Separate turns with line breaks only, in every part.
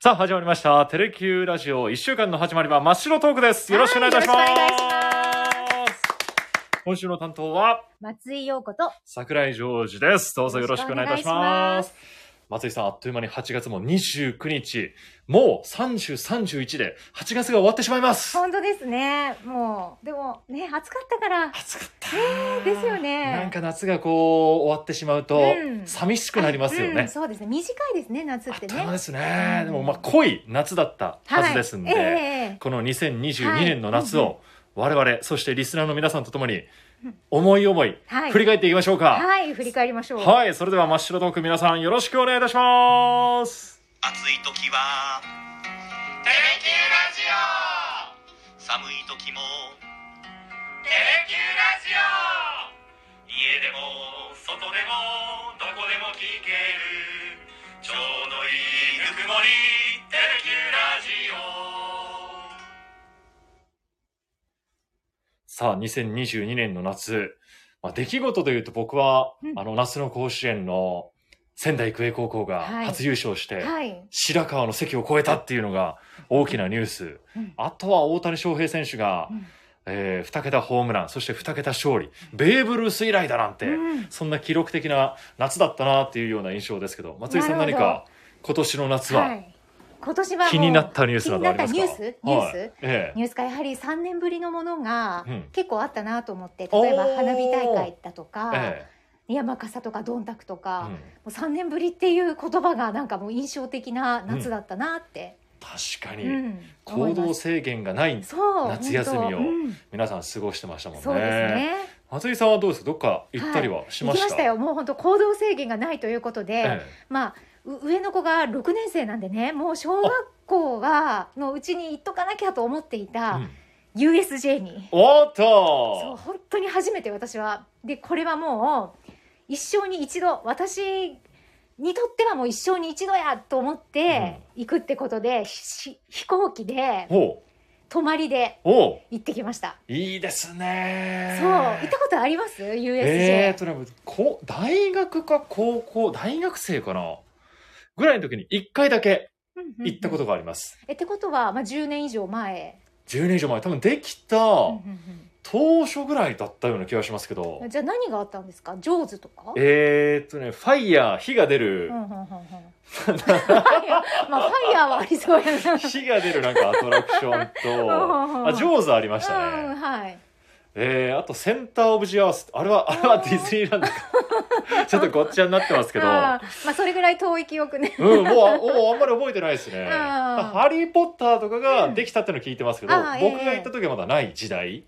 さあ、始まりました。テレキューラジオ1週間の始まりは真っ白トークです。よろしくお願いいたします。
はいよろしくお
今週の担当は
松井陽子と、
桜井ジョージです。どうぞよろしくお願いいたしま。
よろしくお願いします
松井さん、あっという間に8月も29日、もう30、31で8月が終わってしまいます。
本当ですね。もう、でもね、暑かったから、
暑かった、
ですよね
なんか夏がこう終わってしまうと、
うん
寂しくなりますよ
うん
ね。
そうですね。短いですね、夏
あ
っ
ってと
ね。
いう間ですね。
うん
でもまあ濃い夏だったはずですんで、
はいええええ
この2022
はい
年の夏を我々、そしてリスナーの皆さんとともに
うん
思い思い
はい
振り返っていきましょうか。
はい、振り返りましょう。
はい、それでは真っ白トーク皆さんよろしくお願いいたします。
暑い時は「テレキューラジオ」寒い時も「テレキューラジオ」家でも外でもどこでも聞けるちょうどいいぬくもり「テレキューラジオ」
さあ、2022年の夏、まあ、出来事でいうと僕は、
うん
あの夏の甲子園の仙台育英高校が
はい
初優勝して、
はい。
白川の席を越えたっていうのが大きなニュース。
うん
あとは大谷翔平選手が、
うん
えー、2桁ホームラン、そして2桁勝利、ベーブ・ルース以来だなんて、
うん
そんな記録的な夏だったなっていうような印象ですけど、松井さん
な
何
るほど
か今年の夏
は。
はい
今年はもう
気になったニュースなどありますか
気になったニュースニュース、
はいええ
ニュースかやはり3年ぶりのものが
うん
結構あったなと思って、例えば
おー
花火大会だとか、
え
山笠とかどんたくと
えう
か、も
ん
う3年ぶりっていう言葉がなんかもう印象的な夏だったなって、
確か
う
に、
ん思
行
いま
動
す
制限がない
そう
夏休みを
本当うん
皆さん過ごしてましたもんね
そうですね
松井さんはどうですかどっか行ったりはし
行
ま
き
し
ま
た,、
したよもう本当行動制限がないということで、
え
まあう上の子が6年生なんでねもう小学校はのうちに行っとかなきゃと思ってい
え
た
うん
USJ に、
おっと
そう本当に初めて私はでこれはもう一生に一度私にとってはもう一生に一度やと思って行くってことで、ひ飛行機で
おう
泊まりで
おう
行ってきました、
いいですね
そう行ったことあります USJ、
えー、とね、こ大学か高校、大学生かなぐらいの時に一回だけ
うんうんうん
行ったことがあります。
えってことは、まあ、10年以上前、
10年以上前、多分できた
うん
当初ぐらいだったような気がしますけど
うんうん、じゃあ何があったんですかジョーズとか
えー、っとね、ファイヤー、火が出る
うん、うんうんうんファイヤーまあファイヤーはありそうやな
火が出るなんかアトラクション と、あ、ジョーズありましたね。
うんはい
えー、あと、センターオブジアース。あれは、あれはディズニーランドか。 ちょっとごっちゃになってますけど。
あーまあそれぐらい遠い記憶ね
うん、もうあ、もうあんまり覚えてないですね。
あー
ハリー・ポッターとかができたっての聞いてますけど、
うんあーええ
僕が行った時はまだない時代。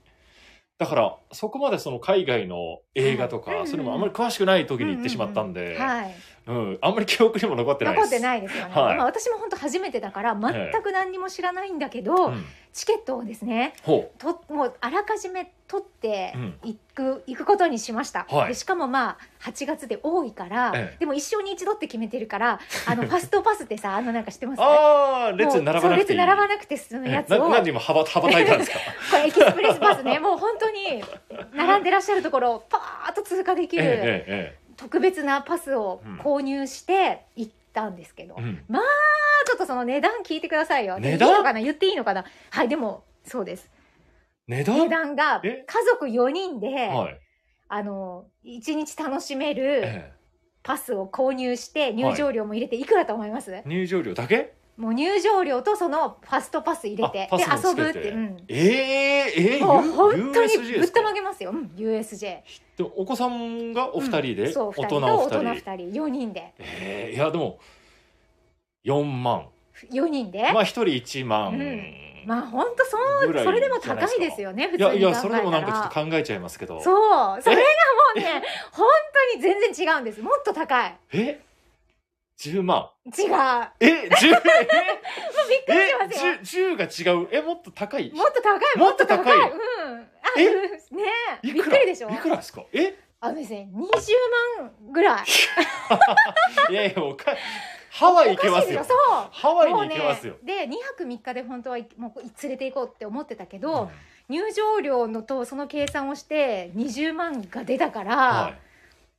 だから、そこまでその海外の映画とか、
はいうん
そういうのもあんまり詳しくない時に行ってしまったんで、
はい
うんあんまり記憶にも残ってないで
残
す。
ってないですよね、
はい
まあ私も本当初めてだから
ええ
全く何にも知らないんだけど、
うん
チケットをですね
ほ
ともうあらかじめ取って
うん
行く,、行くことにしました、
はい
でしかもまあ8月で多いから、
ええ
でも一生に一度って決めて るからあのファストパスってさあのなんか知ってま
う。
すね
あー、列に並ばなくていい。
もうそう列並ばなくて進むやつ
えな
を
何今羽ば、羽ばたいたんです か
これエキスプレスバスねもう本当に並んでらっしゃるところをパーッと通過でき
ええ
る
え
特別なパスを購入して行ったんですけど、
えええ。うん
ちょっとその値段聞いてくださいよ。
値段
いいのかな言っていいのかなはい、でも、そうです。
値段
値段が、
え
家族4人で、
はい。
あの、1日楽しめ
え
るパスを購入して、入場料も入れて、いくらと思います、
え入場料だけ
もう入場料とそのファストパス入れて、
あ
で、
パスも
遊
つけ
ぶってて、うん。
ええええ
もう本当に
USJ
ぶ
で
っ
すか
たまげますよ。うん、USJ。
でもお子さんがお二人で、
うんそう、
大人
2人と
お
大人
二人
2人、4人で。
えーいやでも4万
4人で。
まあ1人1万、
うんまあ、本当そ
ぐら
う、
い
それでも高いですよね、普
い
通
や
に考えたら。
いやそれでもなんかちょっと考えちゃいますけど
そう。それがもうね、本当に全然違うんです。もっと高い。
え10万
違う。も
え10
うびっくりし
え
ますよ。
10 10が違うえもっと高い
もっと高い、
もっと高い
もっとうん。あ、
え
うんねえ。
い
びっ
く
く
ら
りでしょ
いくらですかえ
あのですね、20万ぐらい。
いやいやおかハワイ行けますよ
おかしいでしょそう。
ハワイに
もう
行けますよ、
で2泊3日で本当はいもう連れて行こうって思ってたけ
うん
ど、入場料のとその計算をして20万が出たから、
はい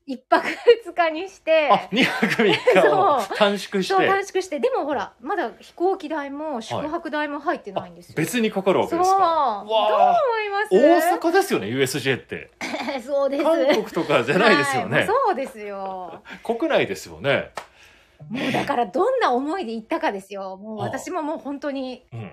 一泊二日にして、
あ、2泊3日を
そう
短縮し
そう
て、
短縮して、でもほら、まだ飛行機代も宿泊代も入ってないんですよ。
別にかかるわけ
そう。
で
どう
すか。わあ
思います
大阪ですよね、USJ って。
阪 そうです。
韓国とかじゃないですよ
は
ね
も。うそうですよ。
国内ですよね。
もうだからどんな思いで行ったかですよ。もう
ああ
私ももう本当に、
うん。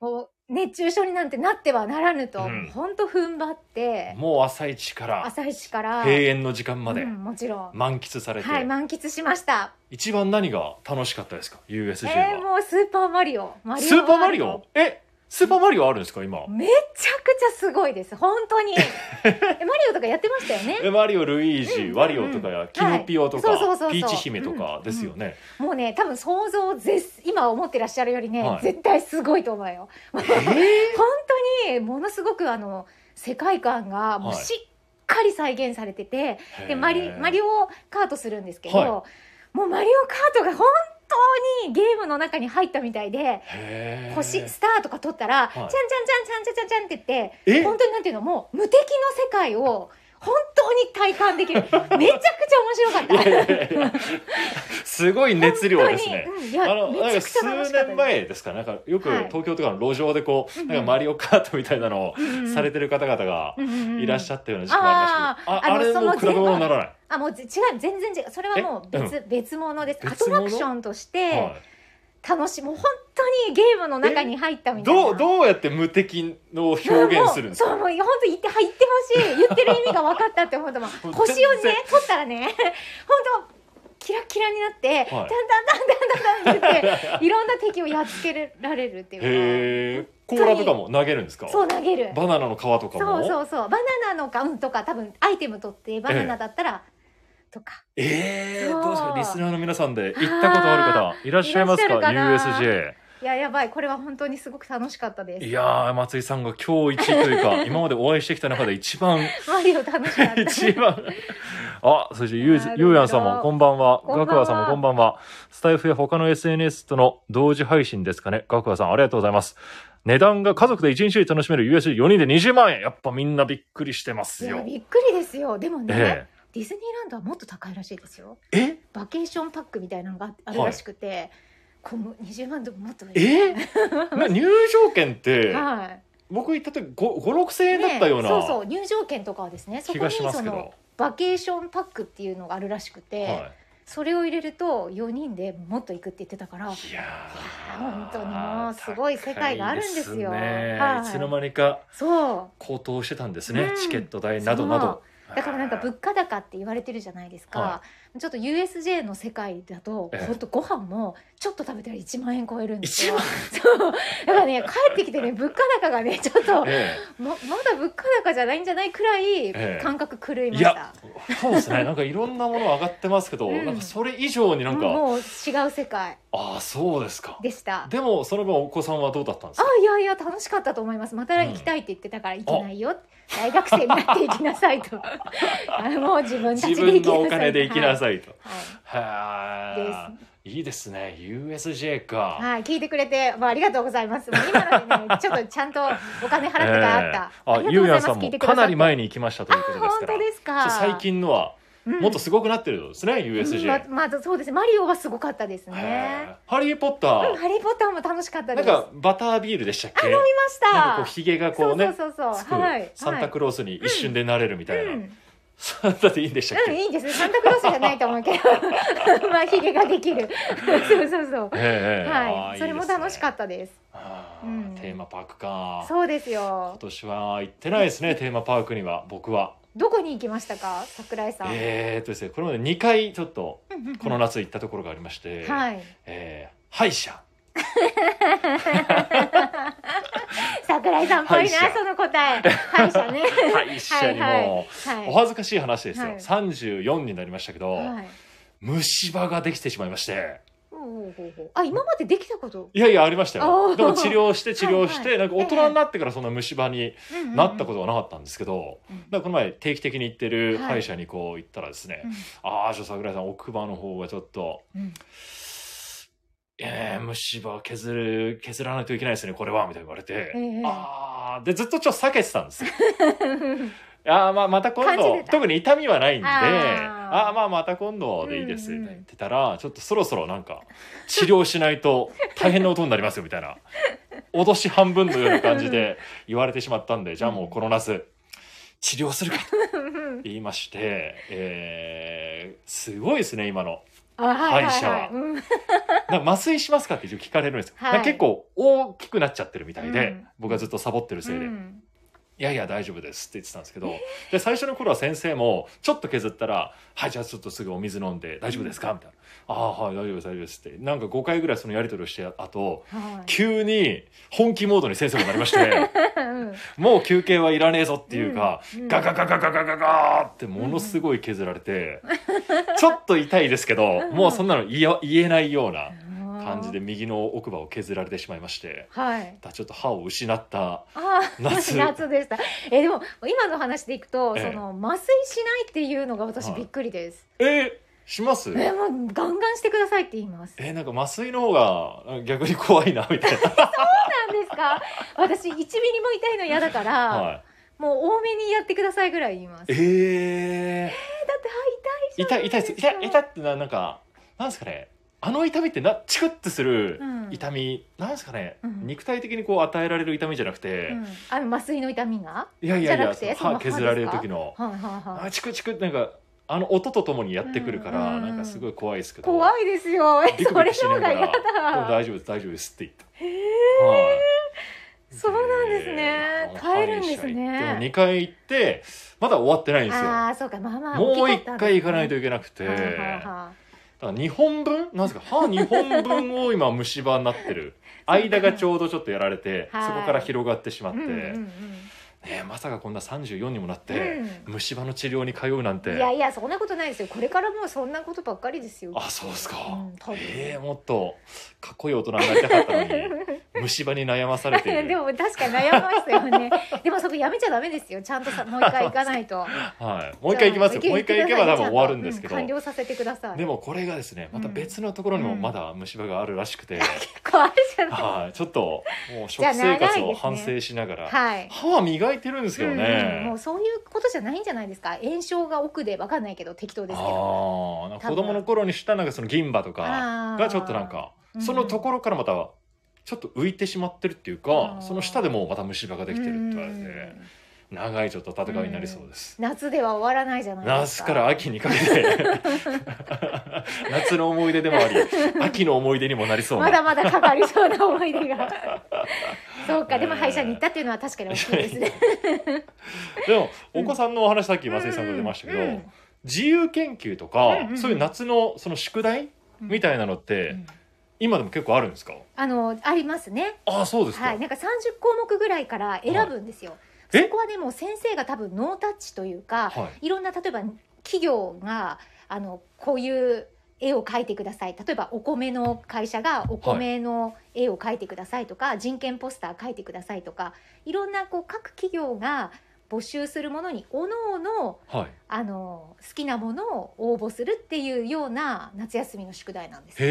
もう熱中症になんてなってはならぬと、
うん
本当踏ん張って、
もう朝一から
朝一から、
閉園の時間まで
うんもちろん。
満喫されて、
はい、満喫しました。
一番何が楽しかったですか、
え
USJ は。
ー、もうスーパーマリオ。マ
スーパーマリオえスーパーマリオあるんですか今。
めちゃくちゃすごいです。本当 に。え、マリオとかやってましたよね。
えマリオ、ルイージ、
うん
ワリオとかや、キノピオとか、
はいそうそうそうそう
ピーチ姫とかですよね。
もうね、多分想像を絶す、今思ってらっしゃるよりね、
はい
絶対すごいと思うよ。
え
本当に、ものすごくあの、世界観がもう
はい
しっかり再現されてて、
ー
で、マリ、マリ
オ。
オカートするんですけど、
はい
もうマリオカートが本当にゲームの中に入ったみたいで、
へー
星、スターとか取ったら、
い
ちゃんちゃんちゃんちゃんちゃんちゃんちゃんって言って、
え
本当になんていうのもう無敵の世界を本当に体感でき るめちゃくちゃ面白
い
かっ
やい
た
やいやいやすごい熱量ですね
本。当にうんいや
あの
め
なんか
ちゃくちゃ楽
数
しかった
年前ですかなんかよく
はい
東京とかの路上でこう、
うんうん
なんかマリオカートみたいなのを
前
されてる方々がいらっしゃ
ゃ
ったような時期もありましたけど、
うん
ああ
うんうんあーあの
れ
その
も比べ物にならない、
あもうぜ違う全然違うそれはもう
え
別別物ですア
別
ト
物
ラクションとして
は
楽しいもう本当にゲームの中に入った
い、
みたいな
どうどうやって無敵の表現するんですか
もうそうもう本当言って入ってほしい言ってる意味が分かったって思うとも う腰をね
全然
取ったらね本当キラキラになって、
はい
だんだんだんだんだんだんって言っていろんな敵をやっつけられるっていう
へえ甲羅とかも投げるんですか
かそう投げる
バナナの皮とかも
そうそうそうバナナのかうんとか多分アイテム取ってバナナだったら、とか
ええ
そう
どうですかリスナーの皆さんで行ったことある方いらっしゃいます
い
か
らっしゃるかな
USJ
いややばいこれは本当にすごく楽しかったで
いやー松井さんが今日一という か今までお会いしてきた中で一番
すマリオ楽しかっ た
一番あそしてゆう
なるほど
ゆうやんさんもこんばんは
こんばん
ガ
は
クアさんもこんばんはスタイフや他の SNS との同時配信ですかねガクアさんありがとうございます値段が家族で一日で楽しめる USJ4 人で20万円やっぱみんなびっくりしてます
いや
よ
びっくりですよでもね、
え
ディズニーランドはもっと高いらしいですよ
ええ
バケーションパックみたいなのがああるらしくて、この20万ドルもっと
え な入場券って
はい
僕行った時56000円だったよう
ねそう
な
そう入場券とかはですねそ
気
こ
が
に
します
そ
けど、
のバケーションパックっていうのがあるらしくて、
は
それを入れると4人でもっと行くって言ってたから
い、いやー
本当にもうすごい世界があるんですよ
高いね
はい
いつの間にか
そ
高騰してたんですね、
うん
チケット代などなど
うだからなんか物価高って言われてるじゃないですか、
は
ちょっと USJ の世界だと、
ええ
ほんとご飯もちょっと食べたら1万円超えるんですよ
1万
そうだからね帰ってきてね物価高がねちょっと
え
ままだ物価高じゃないんじゃないくらい
ええ
感覚狂い
え
ま
い
した、
やそうですねなんかいろんなもの上がってますけど、
うん
なんかそれ以上になんか、
もうもう違う世界
ああそうですか
でした
でもその分お子さんはどうだったんです
あ
か
いやいや楽しかったと思いますまた行きたいって言ってたから行けないよ、大学生になって行きなさ いとあもう自分たち
自分
で行きなさい
のお金で行きな
はい
さいと、
は
は
い
あいいですね USJ か、
はい、聞いてくれて、まあ、ありがとうございます。もう今ので ね、ちょっとちゃんとお金払ってからあった。
えーあ
りがと
ゆ
う
うや
ござ
ん
います
さん
聞い
も
てくだ
かな
さって
り前に行きましたということです
本
か
当ですから
最、近のは
うん
もっとすごくなってるですね、USJ、
ままずそうです。マリオはすごかったです
へー
ね。
ハリー・ポッタ
うん、
ー、
ハリーポッターも楽しかった
な
で
ん
す。
かバタービールでしたっけ
見ました。
なんかこうひげがこうね
そうそうそう
つ
そ
く、
う。はい。
サンタクロースに一瞬でなれるみたいな、
はいうん
サンタでいいんでしたっ
う
け、
ん、
へ
いいですね。サンタクロースじゃないと思うけど、 まあひげが できる。そうそうそう。
え
はい、それも楽しか
った
ったです。うん
テーマパークか今
そうですよ。
年は行ってないです ねテーマパークには僕は
どこに行きましたか、桜井さん。
えー、っとですねこれまで2回ちょっと
うんうんうん
この夏行ったところがありまして、
はい。
えー歯医者
桜井さんっぽ
歯
い
医
な
者
その答え歯医者ね
歯医者にもう、
はいはい
お恥ずかしい話ですよ、
はい
34になりましたけど、
はい
虫歯ができてしまいまして
ほうほうほうあ今までできたこと、
いやいやありました
お
よ
ー
でも治療して治療して、
はいは、
ないんか大人になってからそんな虫歯になったこととがなかったんですけど、
うん
だからこの前定期的に行ってる
はい
歯医者にこう行ったらですね、ああちょっと桜井さん奥歯の方がちょっと、
うん
えー虫歯削る削らないといけないですねこれはみたいに言われて、
ええ
ああでずっとちょっと避けてたんですよああまあまた今
感じ
度
てた
特に痛みはないんで
あー
ああまあまた今度でいいです
うんうん
みたいな言ってたらちょっとそろそろなんか治療しないと大変な音になりますよみたいな脅し半分のような感じで言われてしまったんでじゃあもうこの夏治療するかと言いまして、えー、すごいですね今の
あは
歯
い
医
はい
者
は
はい
うん
なんか麻酔しますかって一応聞かれるんですよ、
はい
なんか結構大きくなっちゃってるみたいで、
うん
僕はずっとサボってるせいで、
うん
いやいや大丈夫ですって言ってたんですけどで最初の頃は先生もちょっと削ったら「はいじゃあちょっとすぐお水飲んで大丈夫ですか?」みたいな「ああはい大丈夫です大丈夫です」ってなんか5回ぐらいそのやり取りをしてあと
はい
急に本気モードに先生がなりまして
うん
もう休憩はいらねえぞっていうか、
うんうん
ガガガガガガガガーってものすごい削られ て、ちょっと痛いですけどもうそんなの言え言えないような感じで右の奥歯を削られてしまいまして
はい
だからちょっと歯を失った
あー
夏
夏でしたえでも今の話でいくと、
ええ
その麻酔しないっていうのが私びっくりです、
えーします
えもうガンガンしてくださいって言います
えーなんか麻酔の方が逆に怖いなみたい
なんですか私1ミリも痛いの嫌だから、
な、はい、
もう多めにやってくださいぐらい言います
え
だ
ー、
って歯痛いじ
痛
ゃん
い痛いです痛い痛いってななんかなんですかねあの痛みってなチクッとする
うん
痛み、なんですかね、
うん
肉体的にこう与えられる痛みじゃなくて、
うん、あの麻酔の痛みが
いやいやい
じゃ
や
なくて
その歯
その歯
削られる時の
はいはいは
あチクチクってなんかあの音とともにやってくるから、
うん
なんかすごい怖いですけ
い
どい
怖いですよえ
ビク
そ
ビ
れ
クし
の
なが
方
ら
が嫌だ
でも大丈夫です大丈夫ですって言った、
へえ
はい
そうなんですね
えー
帰るんですね
歯医者行っても2回行ってまだ終わってないんですよ
ああそうかまあまあ
もう
大き
一
かったんですね
回行かないといけなくて、
はいはい
だか
は
ら2本分なんですか歯2本分を今虫歯にな ってる間がちょうどちょっとやられて、
はい
そこから広がってしまっ
い
て、
うんうん
ねえまさかこんな34にもなって、
う
虫歯の治療に通うなん
うん
て
いやいやそんなことないですよこれからもうそんなことばっかりですよ
あそうですか、
うん多分
ええもっとかっこいい大人になりたかった のに虫歯に悩まされている
でも確かに悩みましたよねでもそこやめちゃダメですよちゃんとさもう一回行かないと
はい、もう一回行きますよもう一回行けば多分終わるんですけど、
う完了させてください
でもこれがですねまた別のところにもまだ虫歯があるらしく て、
結構あるじゃない
はい、ちょっともう食
じゃあ
生
長いです
活
ね
を反省しながら、
はい
歯は磨いてるんですけど
うんも
ね
う、そういうことじゃないんじゃないですか炎症が奥でわかんないけど適当ですけど
ああなんか
多
子
分
供の頃にしたなんかその銀歯とかがちょっとなんか
あー
そのところからまたちょっと浮いてしまってるっていうか、
うん
その下でもうまた虫歯ができてるって言われて、
うん
長いちょっと戦いになりそうです、
夏では終わらないじゃないです
夏
か
から秋にかけ て夏の思い出でもあり秋の思い出にもなりそうな
まだまだかかりそうな思い 出がそうかでも
えー
歯医者に行ったっていうのは確かに大きい ですね
でもお子さんのお話さっき松井さんが出ましたけど、
うんうん
自由研究とか、
うんうん
そういう夏のその宿題みたいなのって、
うん
今でも結構あるんですか
あのありますね
ああそうですか、
はい、なんか30項目ぐらいから選ぶんですよ。
はいえ
そこはねもう先生が多分ノータッチというか、、
はい
ろんな例えば企業があのこういう絵を描いてください例えばお米の会社がお米の絵を描いてくださいとか、人権ポスター描いてくださいとかいろんなこう各企業が募集するものにおのおの
はい、
あの好きなものを応募するっていうような夏休みの宿題なんです。
へ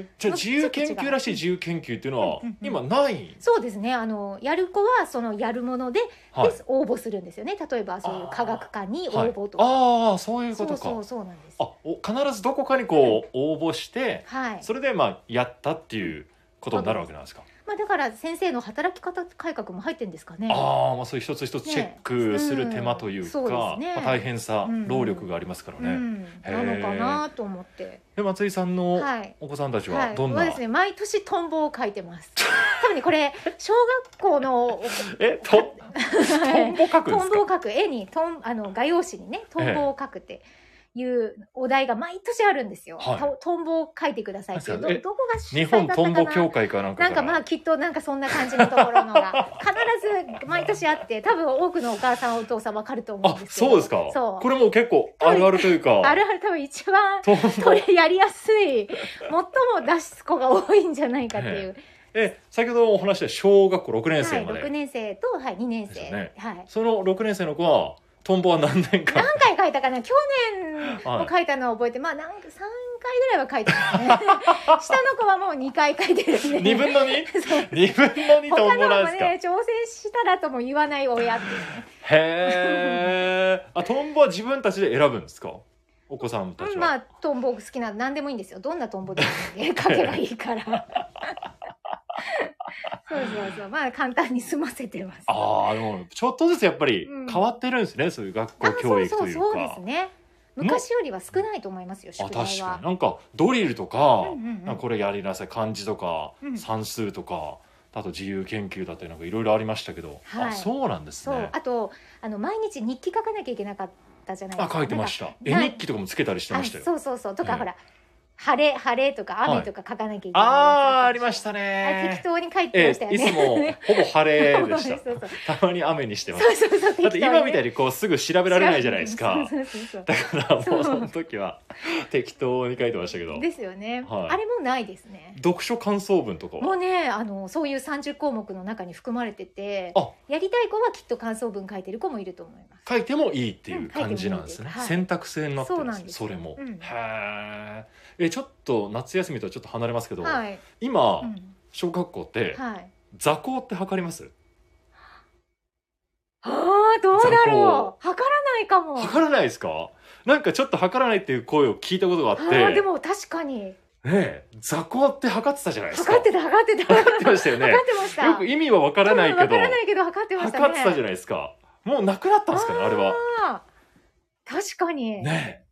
えじゃあ
ち
自由
ょっと違
研
う
究らしい自由研究っていうのは、
うんうんうん
今ない、
そうですねあのやる子はそのやるもので
はい、
で応募するんですよね例えばそういう科学館に応
はい
募とか、
ああそういうこ
そ
と
う
か
そうそうなんです
あお必ずどこかにこう応募して、
はい、
それでまあやったっていうことになるわけなんですか、
まあ、だから先生の働き方改革も入ってんですかね
ああまあそういう一つ一つチェックする手間というか、
ねうんそうですね
まあ、大変さ、
うん
労力がありますから
う
ね、
ん、なのかなと思って
で松井さんの
はい
お子さんたち
は、
はいどんな、
そうですね毎年トンボを書いてます多分ねこれ小学 校の
え とトンボ書くんで
トン
す
ボ
か
を描く絵にトンあの画用紙にねトンボを描くっていうお題が毎年あるんですよ、
はい
トトンボを描いてくださいっていうど
え
どこが主
日
催だ
本
った
トン
か
ボ
な
協会かなんか
なん
か
からまあきっとなんかそんな感じのところのが必ず毎年あって多分多くのお母さんお父さんわかると思うん
あ
ですけど
そうですか
そう
これもう結構あるあるというか
あるある多分一番
トン
こ
ボ
れやりやす い最も出す子が多いんじゃないかっていう、
え先ほどお話した小学校6年
は
生
い、
まで、
6年生と、はい、2年
で
生、
すよね
はい
その6年生の子はトンボは何年間
何回書いたかな去年も書いたのを覚えて、まあなんか3回ぐらいは書いてます ね下の子はもう2回書いてるんで
二分の二
そう
二分の二ト
他
ンボ
の
なん
も
ですか
ね挑戦したらとも言わない親っていうね
へえあトンボは自分たちで選ぶんですかお子さんたちは、
まあトンボ好きな何でもいいんですよどんなトンボでも いいんで書けばいいからそうそうそうまあ簡単に済ませてます
ああでもちょっとずつやっぱり
うん
変わってるんですね、そういう学
あ
校教育
そ
と
う
い
そうう
か
そうですね昔よりは少ないと思いますよ
あ
宿
確か
題は
になんかドリルとか,、
うんうんうん
なんかこれやりなさい漢字とか、
うん
算数とかあと自由研究だってなんかいろいろありましたけど、
はい
あそうなんです
そう
ね
あとあの毎日日記書かなきゃいけなかったじゃないで
あ
すか
書いてました絵
なんか
日記とかもつけたりしてましたよ
あそうそうそうとか、
うん
ほら晴れ晴れとか
はい
雨とか書かなきゃいけない、
ああーありま
し
した
たあれ適
ね
当に書いて
え
ましたよ
え
ね
いつもほぼ晴れでし
そうそう
たたまに雨にしてます
そうそうそうそう
だって今みたい
に
にこうすぐ調べられないじゃないですか
そうそうそう
だからも
そう
うその時は適当に書いてましたけ
そ
ど
うですよね、
はい
あれもないですね
読書感想文とか
も
は
うねあのそういう30項目の中に含まれてて
あ
やりたい子はきっと感想文書いてる子もいると思います
書いてもいいっていう感じなんですね、
うん書いてもいいですはい
選択制になってるんで
そう
す
なんです
それも、
うん
へええちょっと夏休みとはちょっと離れますけど、
はい、
今、
うん、
小学校って
はい
座高って測ります
あーどうだろう測らないかも
測らないですかなんかちょっと測らないっていう声を聞いたことがあって
あーでも確かに
ねえ座高って測ってたじゃないですか
測ってた測ってた 測
測ってましたよね
ってました
よく意味は分からないけ
わ
ど
からないけど測ってましたね
測ってたじゃないですかもうなくなったんですかねあれは
あー確かに、
ねえ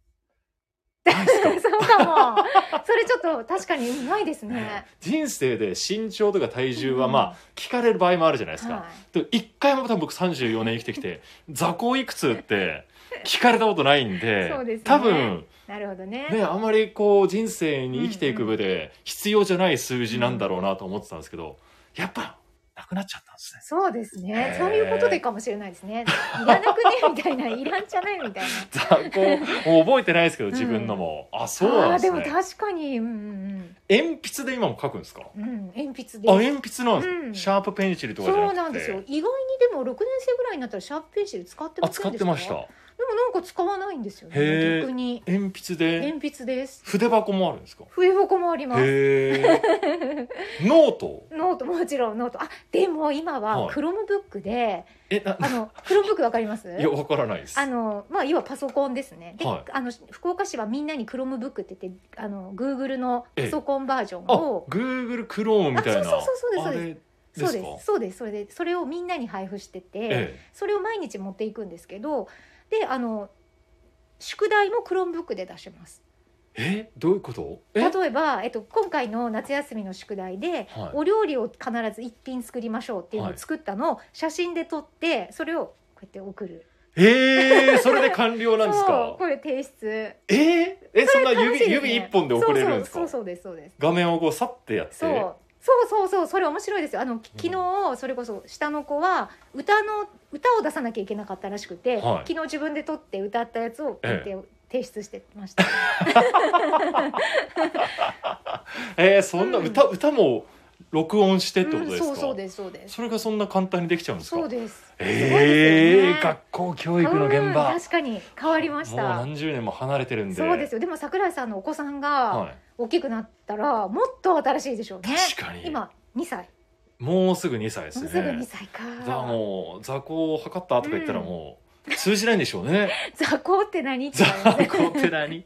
ないですか
そうかもそれちょっと確かにうまいですね
人生で身長とか体重は
うん
まあ聞かれる場合もあるじゃないですか、
は
で一回も多分僕34年生きてきて座高いくつって聞かれたことないんで
そうですね
多分
いなるほどね
ねあまりこう人生に生きていく上で必要じゃない数字なんだろうなと思ってたんですけどやっぱなくなっちゃったん ですね。
そうですね
へー
そういうことでかもしれないですねい らなくねみたいないらんじゃないみたいな
座高もう覚えてないですけど自分のも、あそうなんです
あーでも
ね
確かにうんうん
鉛筆で今も書くんですか
うんうん鉛筆
あ
で
鉛筆なんです、
うん
シャープペンシルとかじゃなく
そ
て
うなんですよ意外にでも6年生ぐらいになったらシャープペンシル使ってま
あ
せんでし
使ってました
でもなんか使わないんですよ
へー
ね逆に
鉛筆で
鉛筆です
筆箱もあるんですか
笛箱もあります
へえノート
ノートもちろんノートあでも今は
はい
クロムブックで、
えな
あのクロムブックわかります
いやわからないです
あのまあ要はパソコンですねで、
はい
あの福岡市はみんなにクロムブックって言ってあの Google のパソコンバージョン
あ
を
Google クローンみたいな
あそうそうそうそうです
あれです
そう
か
ですそうですそれでそれをみんなに配布してて、
え
それを毎日持っていくんですけどであの宿題もクロームブックで出します
ええどういうことえ
例えば、えっと、今回の夏休みの宿題で
はい
お料理を必ず一品作りましょうっていうのを作ったのを写真で撮ってそれをこうやって送る
えー、それで完了なんです
そう
か
これ提出
えー、えそんな
楽し
指
いですね
指一本で送れるんですか
そうそうそうそうですそうです
画面をこうさってやって
そうそうそうそうそれ面白いですよあのき昨日それこそ下の子は歌の歌を出さなきゃいけなかったらしくて、
はい
昨日自分で撮って歌ったやつを見て提出してました、
えー、そんな
うん
歌、歌も録音してってこと
うん
ですか、
そうそうですそうです
それがそんな簡単にできちゃうんですか
そうです
ええ
すごいですよね
学校教育の現場
うん確かに変わりまし
もう
た
何十年も離れてるんで
そうですよでも桜井さんのお子さんが
はい
大きくなったらもっと新しいでしょうね
確かに
今2歳
もうすぐ2歳です
もう
ね
すぐ2歳か
だからもう座高を測ったとか言ったらもう通じないんでしょう ね
雑魚って何って
座
言われて
高って何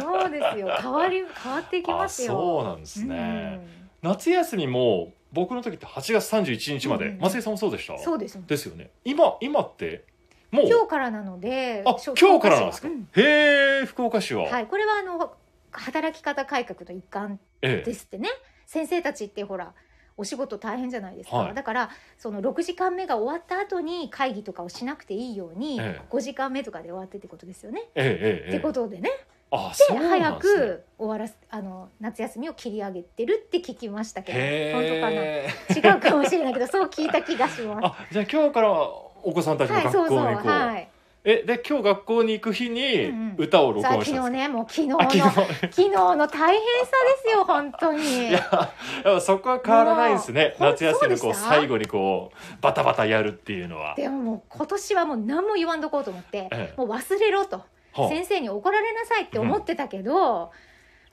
そうですよ変わり変わってき
あ
ますよ
そうなんですね、
うん
夏休みも僕の時って8月31日まで、
うん
松井さんもそうでした
そうです
ですよね今今ってもう
今日からなので
あ
しょ
今日からなんですか、
福岡
へえ福岡市は、
市はうんはいこれはあの働き方改革の一環
え
で
え
すってね先生たちってほらお仕事大変じゃないですか、
はい
だからその6時間目が終わった後に会議とかをしなくていいように、
ええ
5時間目とかで終わってってことですよね。
えええええ
ってことでね、
あ
で
そうな
早
んです、ね、
く終わらすあの夏休みを切り上げてるって聞きましたけど
へえ
本当かな違うかもしれないけどそう聞いた気がします。
あじゃあ今日からお子さんたちも
はい
学校
そう
に
そう
行こう、
はい
えで今日学校に行く日に
うんうん
歌を録
さあ
音し
昨
た
日
んです
ねもう昨日の
か、
昨
あ
日
昨日
の大変さですよ本当に
いややっぱそこは変わらないですね
もう
夏休みのこ
そう
う
でした
最後にこうバタバタやるっていうのは
でももう今年はもう何も言わんとこうと思って、
ええ
もう忘れろと
ほう
先生に怒られなさいって思ってたけど、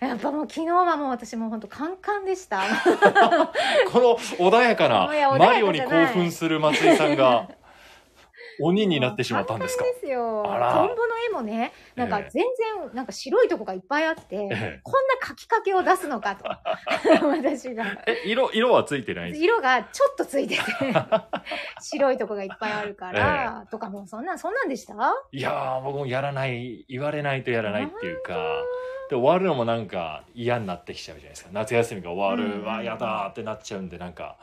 やっぱもう昨日はもう私もう本当カンカンでした
この穏やか ない
や穏やかじゃな
マ
い
リオに興奮する松井さんが鬼になってしまったんですか
カンカンですよ
あら
トンボの絵もねなんか
ええ
全然なんか白いとこがいっぱいあって、
え
こんな描きかけを出すのか と私が
え色色はついてないんです
色がちょっとついてて白いとこがいっぱいあるから、とかもうそんなんそんなんでした
いやー僕もやらない言われないとやらないっていうかで終わるのもなんか嫌になってきちゃうじゃないですか夏休みが終わ
う
る、
ん
わやだーってなっちゃうんでなんか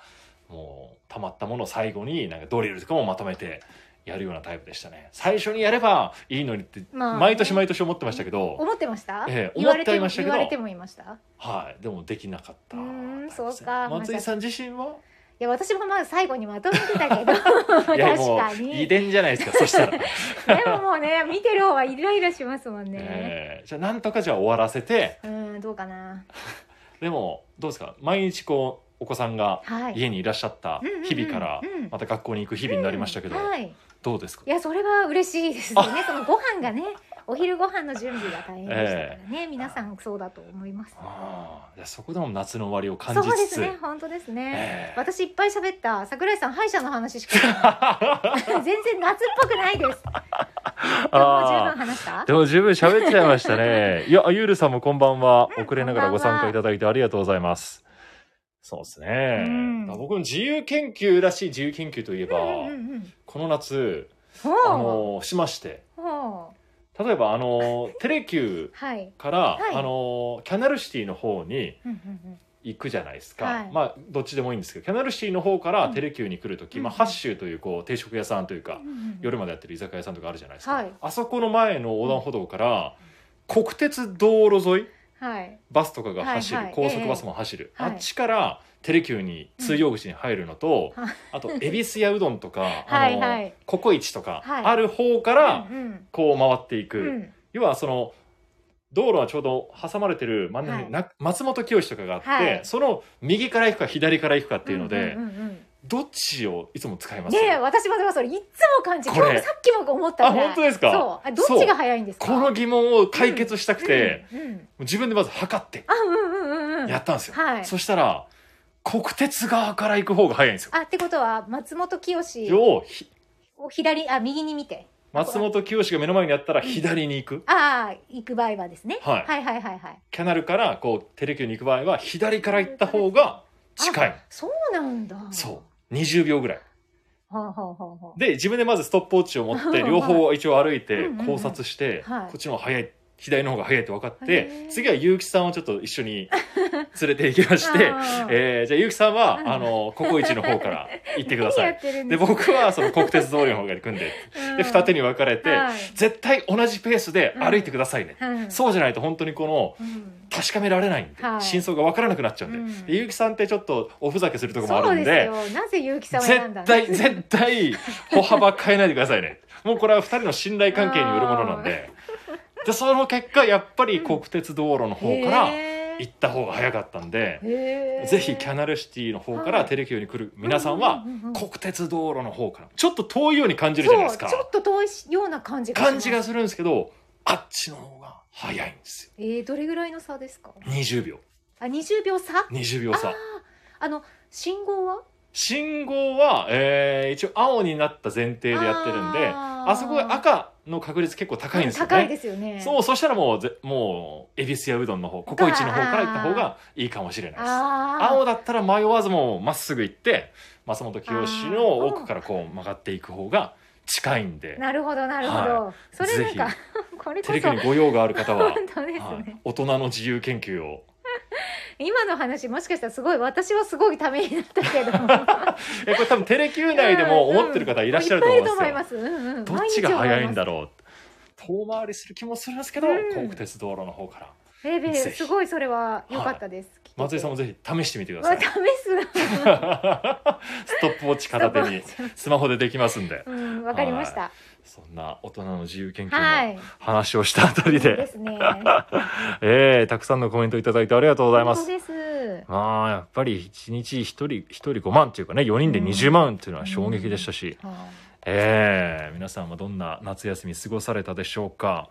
もうたまったものを最後になんかドリルとかもまとめてやるようなタイプでしたね最初にやればいいのにって
まあ
毎年毎年思ってましたけど、
思ってました、
ええ
言わ
思っ
れて
てはいましたけど
言われてもいました
はいでもできなかった
うー
タイプ
ん
ですね
そうか
松井さん自身はい
や私もまあ最後にまとめてたけど
いや
確
もう
かに
遺伝じゃないですかそ したら、
でももうね見てる方はイライラしますも んね、
えーじゃあなんとかじゃあ終わらせて
うんどうかな
でもどうですか毎日こうお子さんが
はい
家にいらっしゃった
うんうんうん
日々から
うん
また学校に行く日々になりましたけど、
はい、
どうですか
いやそれは嬉しいですよ ねそのご飯がねお昼ご飯の準備が大変でしたからね、皆さんそうだと思います
ああじゃあそこでも夏の終わりを感
そう
じ
で
つ
す
つ、
ね本当ですね、
ええ
私いっぱい喋った桜井さん歯医者の話しか 全然夏っぽくないです今日も十分
ああ
話した
でも十分喋っちゃいました ねいやゆうるさんもこんばんは
うん
遅れながらご参加いただいてありがとうございますそうですね、
うん
だから僕の自由研究らしい自由研究といえば、
うんうんうん
この夏
ほ
あ
う
のしまして
ほう
例えばあのテレキュー
はい
から、
はい
あのキャナルシティの方に
うんうん
行くじゃないですか、
はい
まあどっちでもいいんですけどキャナルシティの方からテレキューに来る時、
うん
まあ、ハッシュというこう定食屋さんというか、
うんうんうん
夜までやってる居酒屋さんとかあるじゃないですか、
はい
あそこの前の横断歩道から、国鉄道路沿い
はい
バスとかが走る、
はいはい
高速バスも走る、
ええはい
あっちからテレキューに通用口に入るのと、
うんはい
あと恵比寿屋うどんとか、
はい
あの
はい
ココイチとか、
はい
ある方から
うん
こう回っていく。
うんうん
要はその道路はちょうど挟まれてる真ん中に、
はい
な松本清とかがあって、
はい
その右から行くか左から行くかっていうので、
んんうん
どっちをいつも使い
うん
ます
ねえ私もでもそれいつも感じ
これ
今日もさっきも思ったぐらい
あ本当ですか
そうあどっちが早いんですか
この疑問を解決したくて、
うんうん
自分でまず測って
あうんうんうんうん
やったんですよ、
はい
そしたら国鉄側から行く方が早いんですよ。
あってことは松本清
要はひ
を左あ右に見て
松本清が目の前にあったら左に行く、
ああ行く場合はですね、
はい
はいはいはいはい
キャナルからこうテレキューに行く場合は左から行った方が近い
あそうなんだ
そう20秒ぐらい。
はあ、はあはあはあ、
で自分でまずストップウォッチを持って
はい
両方一応歩いて
うんうんうん
考察して、
はい
こっちの方が早い左の方が早いって分かっ
へ
て
ー
次は結城さんをちょっと一緒に連れて行きまして、
ああ
えーじゃあ結城さんは、
うん
あのココイチの方 から行ってくださ
何や
い。
ってるん
で
ですか
僕はその国鉄通りの方が行くんでで二手に分かれて、
はい
絶対同じペースで歩いてくださいね、
うんうん
そうじゃないと本当にこの
うん
確かめられないんで、
はい
真相が分からなくなっちゃうんで,、
うん
で結城さんってちょっとおふざけするとこもあ
そ
る
うんで
です
よなぜ結城さんを選んだ
絶対絶対歩幅変えないでくださいねもうこれは2人の信頼関係によるものなんででその結果やっぱり国鉄道路の方から行った方が早かったんで、ぜひキャ
ン
ナルシティの方か
は
ら
い
テレキューに来る皆さんは国鉄道路の方からちょっと遠いように感じるじゃない
そ
で
う
す
ち
か
ょっと遠いような感じがします
感じがするんですけどあっちの方が早いんですよ
えー、どれぐらいの差ですか
20秒
あ20秒差
20秒差
あーあの信号は
信号は、えー一応青になった前提でやってるんで
あ
あ
ー
そこが赤の確率結構高いんですよね
高いですよね
そうそしたらもうぜもう恵比寿やうどんの方ココイチの方から行った方がいいかもしれないです
あ
青だったら迷わずもうまっすぐ行って松本清の奥からこう曲がっていく方が近いん
あ
で
なるほどなるほど、
は
それなんか
ぜ
これこ
テ
そ
レビにご用がある方 は、
本当ですね、
はい、大人の自由研究を
今の話もしかしたらすごい私はすごいためになったけどい
えこれ多分テレキュー内でも思ってる方いらっしゃると思うんですよ、
いっぱいいると思います、うんうん、
どっちが早いんだ
ろ
ろう遠回りする気もするんですけど、
うん
国鉄道路の方から
えーべ
ぜひ
すごいそれは良かったです、
松井さんも
も
ぜひ試してみてくだ
試
さ
す。
い ストップウォッチ片手にスマホでできますんで
うんわかりました
そんな大人の自由研
は
究
い
の話をしたあたり
いいで
で、
すね
えーたくさんのコメントいただいてありがとうございま
本
す
当。です
まあやっぱり一日一人一人5万っていうかね4人で20万っていうのは衝撃でしたし、
は
えー皆さんはどんな夏休み過ごされたでしょうか、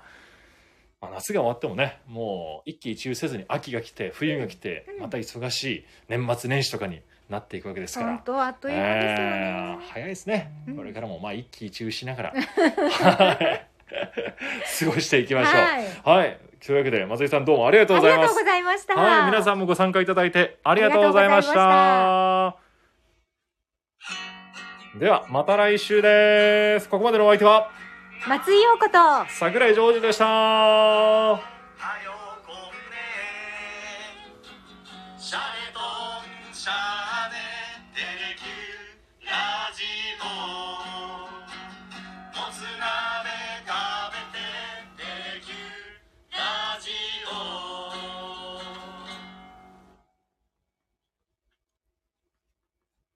まあ、夏が終わってもねもう一喜一憂せずに秋が来て冬が来て、
うん
また忙しい年末年始とかになっていくわけです
い
から。
本当あっという間ですよ
え
ね
ー、早いですね、
うん
これからもまあ一喜一憂しな がらはい過ごしていきましょう
はい
はい、というわけで松井さんどうもありがとう
あ
ご
り
ざいま
がと
す
うございました
はい皆さんもご参加いただいてありがとうございました
ありが
ではまた来週ですここまでのお相手は
松井陽子と
桜井ジョージでした
はよこんねシャレとんシャレ